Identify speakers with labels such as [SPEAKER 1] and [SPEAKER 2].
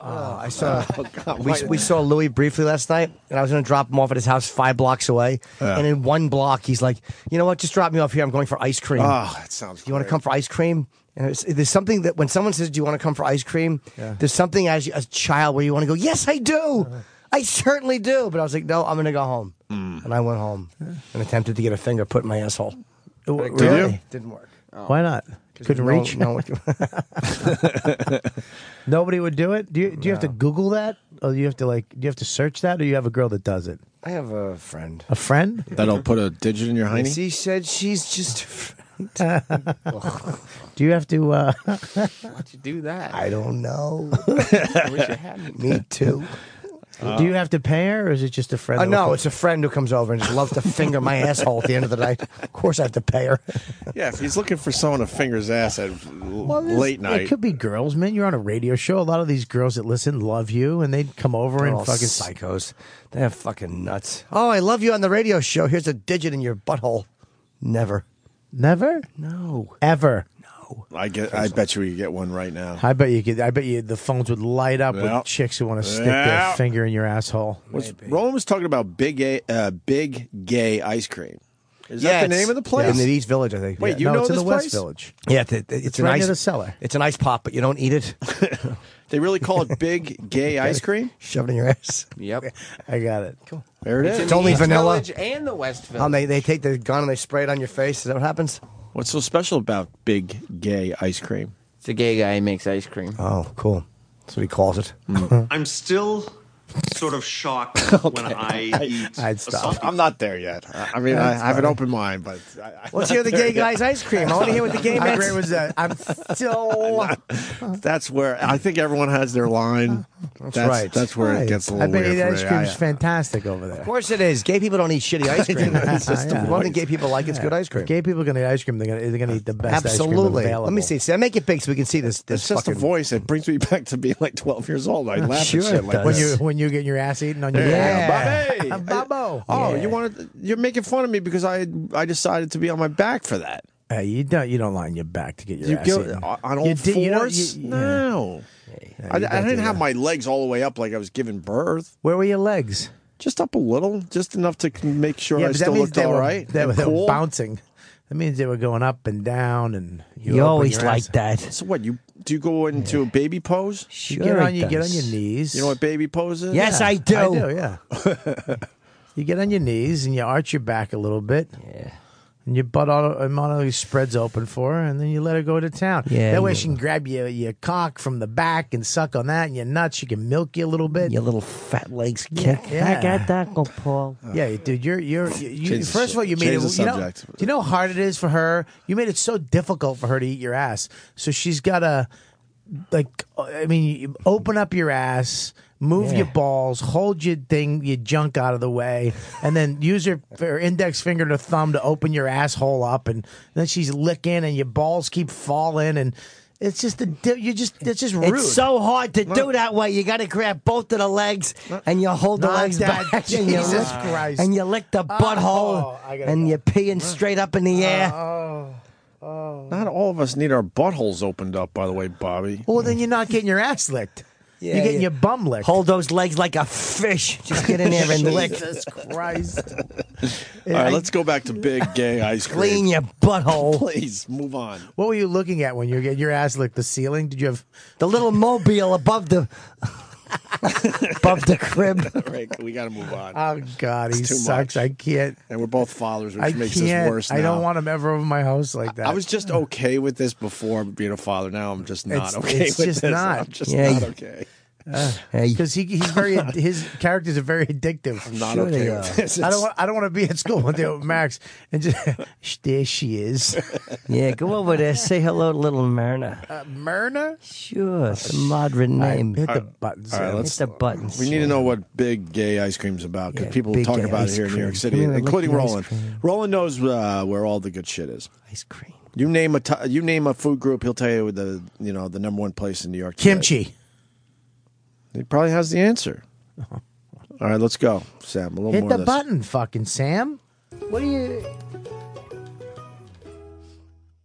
[SPEAKER 1] Oh, I saw. we, we saw Louis briefly last night, and I was going to drop him off at his house five blocks away. And in one block, he's like, "You know what? Just drop me off here. I'm going for ice cream.
[SPEAKER 2] Oh, that sounds.
[SPEAKER 1] you want to come for ice cream?" And it's, there's something that when someone says, "Do you want to come for ice cream?" There's something as you- as a child where you want to go, "Yes, I do. I certainly do." But I was like, "No, I'm going to go home." And I went home and attempted to get a finger put in my asshole. It w-
[SPEAKER 2] Did
[SPEAKER 1] really
[SPEAKER 2] you?
[SPEAKER 1] Didn't work.
[SPEAKER 3] Uh, Why not? Couldn't
[SPEAKER 1] Oh. No-
[SPEAKER 3] reach.
[SPEAKER 1] No,
[SPEAKER 3] Nobody would do it. Do you? Do you have to Google that, or do you have to like? Do you have to search that, or you have a girl that does it?
[SPEAKER 1] I have a friend.
[SPEAKER 3] A friend?
[SPEAKER 2] That'll put a digit in your hiney.
[SPEAKER 1] She said she's just.
[SPEAKER 3] Do you have to? Uh,
[SPEAKER 4] Why'd you do that?
[SPEAKER 1] I don't know.
[SPEAKER 4] I wish you hadn't.
[SPEAKER 1] Me too.
[SPEAKER 3] do you have to pay her, or is it just a friend?
[SPEAKER 1] Uh,
[SPEAKER 3] that
[SPEAKER 1] no,
[SPEAKER 3] will-
[SPEAKER 1] it's a friend who comes over and just loves to finger my asshole at the end of the night. Of course, I have to pay her.
[SPEAKER 2] Yeah, if he's looking for someone to finger his ass at l-
[SPEAKER 3] Well, there's-
[SPEAKER 2] late night.
[SPEAKER 3] It could be girls, man. You're on a radio show. A lot of these girls that listen love you, and they'd come over
[SPEAKER 1] They're
[SPEAKER 3] and
[SPEAKER 1] all
[SPEAKER 3] fucking
[SPEAKER 1] psychos. They're fucking nuts. Oh, I love you on the radio show. Here's a digit in your butthole. Never.
[SPEAKER 3] never,
[SPEAKER 1] No.
[SPEAKER 3] ever.
[SPEAKER 2] I get. I bet you we get one right now.
[SPEAKER 3] I bet you could. I bet you the phones would light up
[SPEAKER 2] Yeah.
[SPEAKER 3] with chicks who want to stick
[SPEAKER 2] Yeah.
[SPEAKER 3] their finger in your asshole.
[SPEAKER 2] Was, Roland was talking about big, a, uh, big gay ice cream. Is
[SPEAKER 1] yeah,
[SPEAKER 2] that the
[SPEAKER 1] it's-
[SPEAKER 2] name of the place?
[SPEAKER 1] In the East Village, I think.
[SPEAKER 2] Wait,
[SPEAKER 1] yeah.
[SPEAKER 2] you
[SPEAKER 3] no,
[SPEAKER 2] know
[SPEAKER 3] it's in
[SPEAKER 2] this
[SPEAKER 3] the West
[SPEAKER 2] place?
[SPEAKER 3] Village.
[SPEAKER 1] Yeah, it's, it's, an
[SPEAKER 3] right near
[SPEAKER 1] ice,
[SPEAKER 3] the cellar.
[SPEAKER 1] It's an ice pop, but you don't eat it.
[SPEAKER 2] They really call it big gay ice cream.
[SPEAKER 1] Shove it in your ass.
[SPEAKER 4] Yep.
[SPEAKER 3] I got it. Cool.
[SPEAKER 2] There it
[SPEAKER 4] It's in
[SPEAKER 2] is.
[SPEAKER 4] the
[SPEAKER 1] only
[SPEAKER 4] East
[SPEAKER 1] vanilla.
[SPEAKER 4] Village and the West Village.
[SPEAKER 1] Um, they, they take the gun and they spray it on your face. Is that what happens?
[SPEAKER 2] What's so special about big gay ice cream?
[SPEAKER 4] it's a gay guy who makes ice cream.
[SPEAKER 1] Oh, cool. That's what he calls it.
[SPEAKER 5] I'm still sort of shocked when I eat.
[SPEAKER 3] I'd
[SPEAKER 5] a
[SPEAKER 3] stop.
[SPEAKER 5] sausage.
[SPEAKER 2] I'm not there yet. I I mean, I have an open mind, but I, I,
[SPEAKER 1] Let's hear the gay guy's ice cream. I want to hear what the gay
[SPEAKER 3] How
[SPEAKER 1] man's
[SPEAKER 3] great was that? I'm still.
[SPEAKER 2] that's where I think everyone has their line.
[SPEAKER 3] Uh-huh.
[SPEAKER 2] That's,
[SPEAKER 1] right.
[SPEAKER 2] That's where it gets a
[SPEAKER 3] I
[SPEAKER 2] little
[SPEAKER 3] bet you
[SPEAKER 2] weird. for
[SPEAKER 3] the ice
[SPEAKER 2] me.
[SPEAKER 3] cream's
[SPEAKER 2] I-
[SPEAKER 3] fantastic over there.
[SPEAKER 1] Of course it is. Gay people don't eat shitty ice cream. it's just
[SPEAKER 3] Yeah.
[SPEAKER 1] the one thing gay people like is good ice cream.
[SPEAKER 3] Gay people are gonna eat ice cream. They're gonna, they're gonna eat the best ice cream
[SPEAKER 1] Absolutely.
[SPEAKER 3] available.
[SPEAKER 1] Let me see. See, I make it big so we can see this. this
[SPEAKER 2] It's just
[SPEAKER 1] fucking,
[SPEAKER 2] a voice. It brings me back to being like 12 years old. I laugh
[SPEAKER 1] sure
[SPEAKER 2] at shit
[SPEAKER 1] it
[SPEAKER 2] like
[SPEAKER 3] when
[SPEAKER 1] does.
[SPEAKER 2] that.
[SPEAKER 3] you when you get your ass eaten on your
[SPEAKER 2] Yeah,
[SPEAKER 3] Yeah.
[SPEAKER 2] Bobby.
[SPEAKER 3] Bubbo.
[SPEAKER 2] Oh,
[SPEAKER 3] Yeah.
[SPEAKER 2] you wanted you're making fun of me because I I decided to be on my back for that.
[SPEAKER 3] Hey, you don't you don't lie on your back to get your
[SPEAKER 2] You
[SPEAKER 3] ass
[SPEAKER 2] go
[SPEAKER 3] eaten.
[SPEAKER 2] on all
[SPEAKER 3] You did- you don't-
[SPEAKER 2] fours?
[SPEAKER 3] you- yeah.
[SPEAKER 2] no. I,
[SPEAKER 3] you
[SPEAKER 2] I
[SPEAKER 3] don't
[SPEAKER 2] didn't
[SPEAKER 3] do
[SPEAKER 2] have
[SPEAKER 3] that.
[SPEAKER 2] my legs all the way up like I was giving birth.
[SPEAKER 3] Where were your legs?
[SPEAKER 2] Just up a little, just enough to c- make sure I
[SPEAKER 3] but
[SPEAKER 2] still looked
[SPEAKER 3] they
[SPEAKER 2] all
[SPEAKER 3] were,
[SPEAKER 2] right.
[SPEAKER 3] They,
[SPEAKER 2] and
[SPEAKER 3] were- they were
[SPEAKER 2] cool.
[SPEAKER 3] bouncing. That means they were going up and down, and you,
[SPEAKER 1] You
[SPEAKER 3] open
[SPEAKER 1] always
[SPEAKER 3] your
[SPEAKER 1] like
[SPEAKER 3] ass.
[SPEAKER 1] that.
[SPEAKER 2] So what? You do you go into a baby pose?
[SPEAKER 3] You
[SPEAKER 1] Sure
[SPEAKER 3] get on
[SPEAKER 1] it
[SPEAKER 3] you get on
[SPEAKER 1] does.
[SPEAKER 3] your knees.
[SPEAKER 2] You know what baby pose is?
[SPEAKER 1] Yes, I do.
[SPEAKER 3] I do. Yeah. you get on your knees and you arch your back a little bit.
[SPEAKER 4] Yeah.
[SPEAKER 3] And your butt auto- automatically spreads open for her, and then you let her go to town.
[SPEAKER 1] Yeah,
[SPEAKER 3] that way
[SPEAKER 1] you-
[SPEAKER 3] she can grab your, your cock from the back and suck on that, and your nuts. She can milk you a little bit.
[SPEAKER 1] Your little fat legs kick.
[SPEAKER 3] Yeah.
[SPEAKER 1] I got that, go, Paul.
[SPEAKER 3] Yeah, dude, you're you're you, you,
[SPEAKER 2] Change the
[SPEAKER 3] first of all you made it.
[SPEAKER 2] change the
[SPEAKER 3] You know,
[SPEAKER 2] subject.
[SPEAKER 3] do you know how hard it is for her? You made it so difficult for her to eat your ass. So she's got to like, I mean, you open up your ass, move your balls, hold your thing, your junk out of the way, and then use her, her index finger and her thumb to open your asshole up, and then she's licking, and your balls keep falling, and it's just the di- you just it's just rude.
[SPEAKER 1] It's so hard to do that way. You got to grab both of the legs and you hold the
[SPEAKER 3] Not
[SPEAKER 1] legs
[SPEAKER 3] that.
[SPEAKER 1] back. and you
[SPEAKER 3] Jesus
[SPEAKER 1] lick-
[SPEAKER 3] Christ.
[SPEAKER 1] And you lick the butthole
[SPEAKER 3] oh, I gotta
[SPEAKER 1] and
[SPEAKER 3] go.
[SPEAKER 1] you're peeing straight up in the air.
[SPEAKER 2] Not all of us need our buttholes opened up, by the way, Bobby.
[SPEAKER 3] well, then you're not getting your ass licked.
[SPEAKER 1] Yeah,
[SPEAKER 3] you're getting
[SPEAKER 1] yeah.
[SPEAKER 3] your bum licked.
[SPEAKER 1] Hold those legs like a fish. Just get in there and lick.
[SPEAKER 3] Jesus Christ.
[SPEAKER 2] All right, let's go back to big gay ice cream.
[SPEAKER 1] Clean your butthole.
[SPEAKER 2] Please move on.
[SPEAKER 3] What were you looking at when you were getting your ass licked? The ceiling? Did you have?
[SPEAKER 1] The little mobile above the above the crib.
[SPEAKER 2] All right, we got to move on.
[SPEAKER 3] Oh God, he
[SPEAKER 2] too
[SPEAKER 3] sucks.
[SPEAKER 2] much.
[SPEAKER 3] I can't.
[SPEAKER 2] and we're both fathers, which
[SPEAKER 3] I
[SPEAKER 2] makes this
[SPEAKER 3] can't.
[SPEAKER 2] worse.
[SPEAKER 3] I don't
[SPEAKER 2] now.
[SPEAKER 3] want him ever over my house like that.
[SPEAKER 2] I was just okay with this before being a father. Now I'm just not
[SPEAKER 3] It's-
[SPEAKER 2] okay
[SPEAKER 3] it's
[SPEAKER 2] with
[SPEAKER 3] just
[SPEAKER 2] this.
[SPEAKER 3] not.
[SPEAKER 2] I'm just
[SPEAKER 1] Yeah,
[SPEAKER 2] not
[SPEAKER 1] you-
[SPEAKER 2] okay.
[SPEAKER 1] Hey,
[SPEAKER 3] because he, he's very his characters are very addictive.
[SPEAKER 2] I'm not
[SPEAKER 1] sure
[SPEAKER 2] okay
[SPEAKER 1] they
[SPEAKER 2] with
[SPEAKER 1] are.
[SPEAKER 2] this.
[SPEAKER 3] I don't. Want, I don't want to be at school one day with Max and just "Shh, there she is,
[SPEAKER 1] yeah, go over there. Say hello to little Myrna.
[SPEAKER 3] uh, Myrna.
[SPEAKER 1] Sure, it's a modern name.
[SPEAKER 3] Hit the buttons.
[SPEAKER 2] all right,
[SPEAKER 3] Sam.
[SPEAKER 2] let's-
[SPEAKER 1] Hit the buttons.
[SPEAKER 2] We need to know what big gay ice cream's about because
[SPEAKER 1] Yeah,
[SPEAKER 2] people
[SPEAKER 1] big
[SPEAKER 2] talk
[SPEAKER 1] gay
[SPEAKER 2] about it
[SPEAKER 1] ice
[SPEAKER 2] here in New
[SPEAKER 1] cream.
[SPEAKER 2] York City,
[SPEAKER 1] Yeah, I like
[SPEAKER 2] including
[SPEAKER 1] the ice
[SPEAKER 2] Roland.
[SPEAKER 1] cream.
[SPEAKER 2] Roland knows uh, where all the good shit is.
[SPEAKER 1] ice cream.
[SPEAKER 2] You name a t- you name a food group, he'll tell you the you know the number one place in New York. today.
[SPEAKER 3] Kimchi.
[SPEAKER 2] He probably has the answer. All right, let's go, Sam. A little
[SPEAKER 3] Hit
[SPEAKER 2] more
[SPEAKER 3] the
[SPEAKER 2] of this.
[SPEAKER 3] button, fucking Sam. What are you?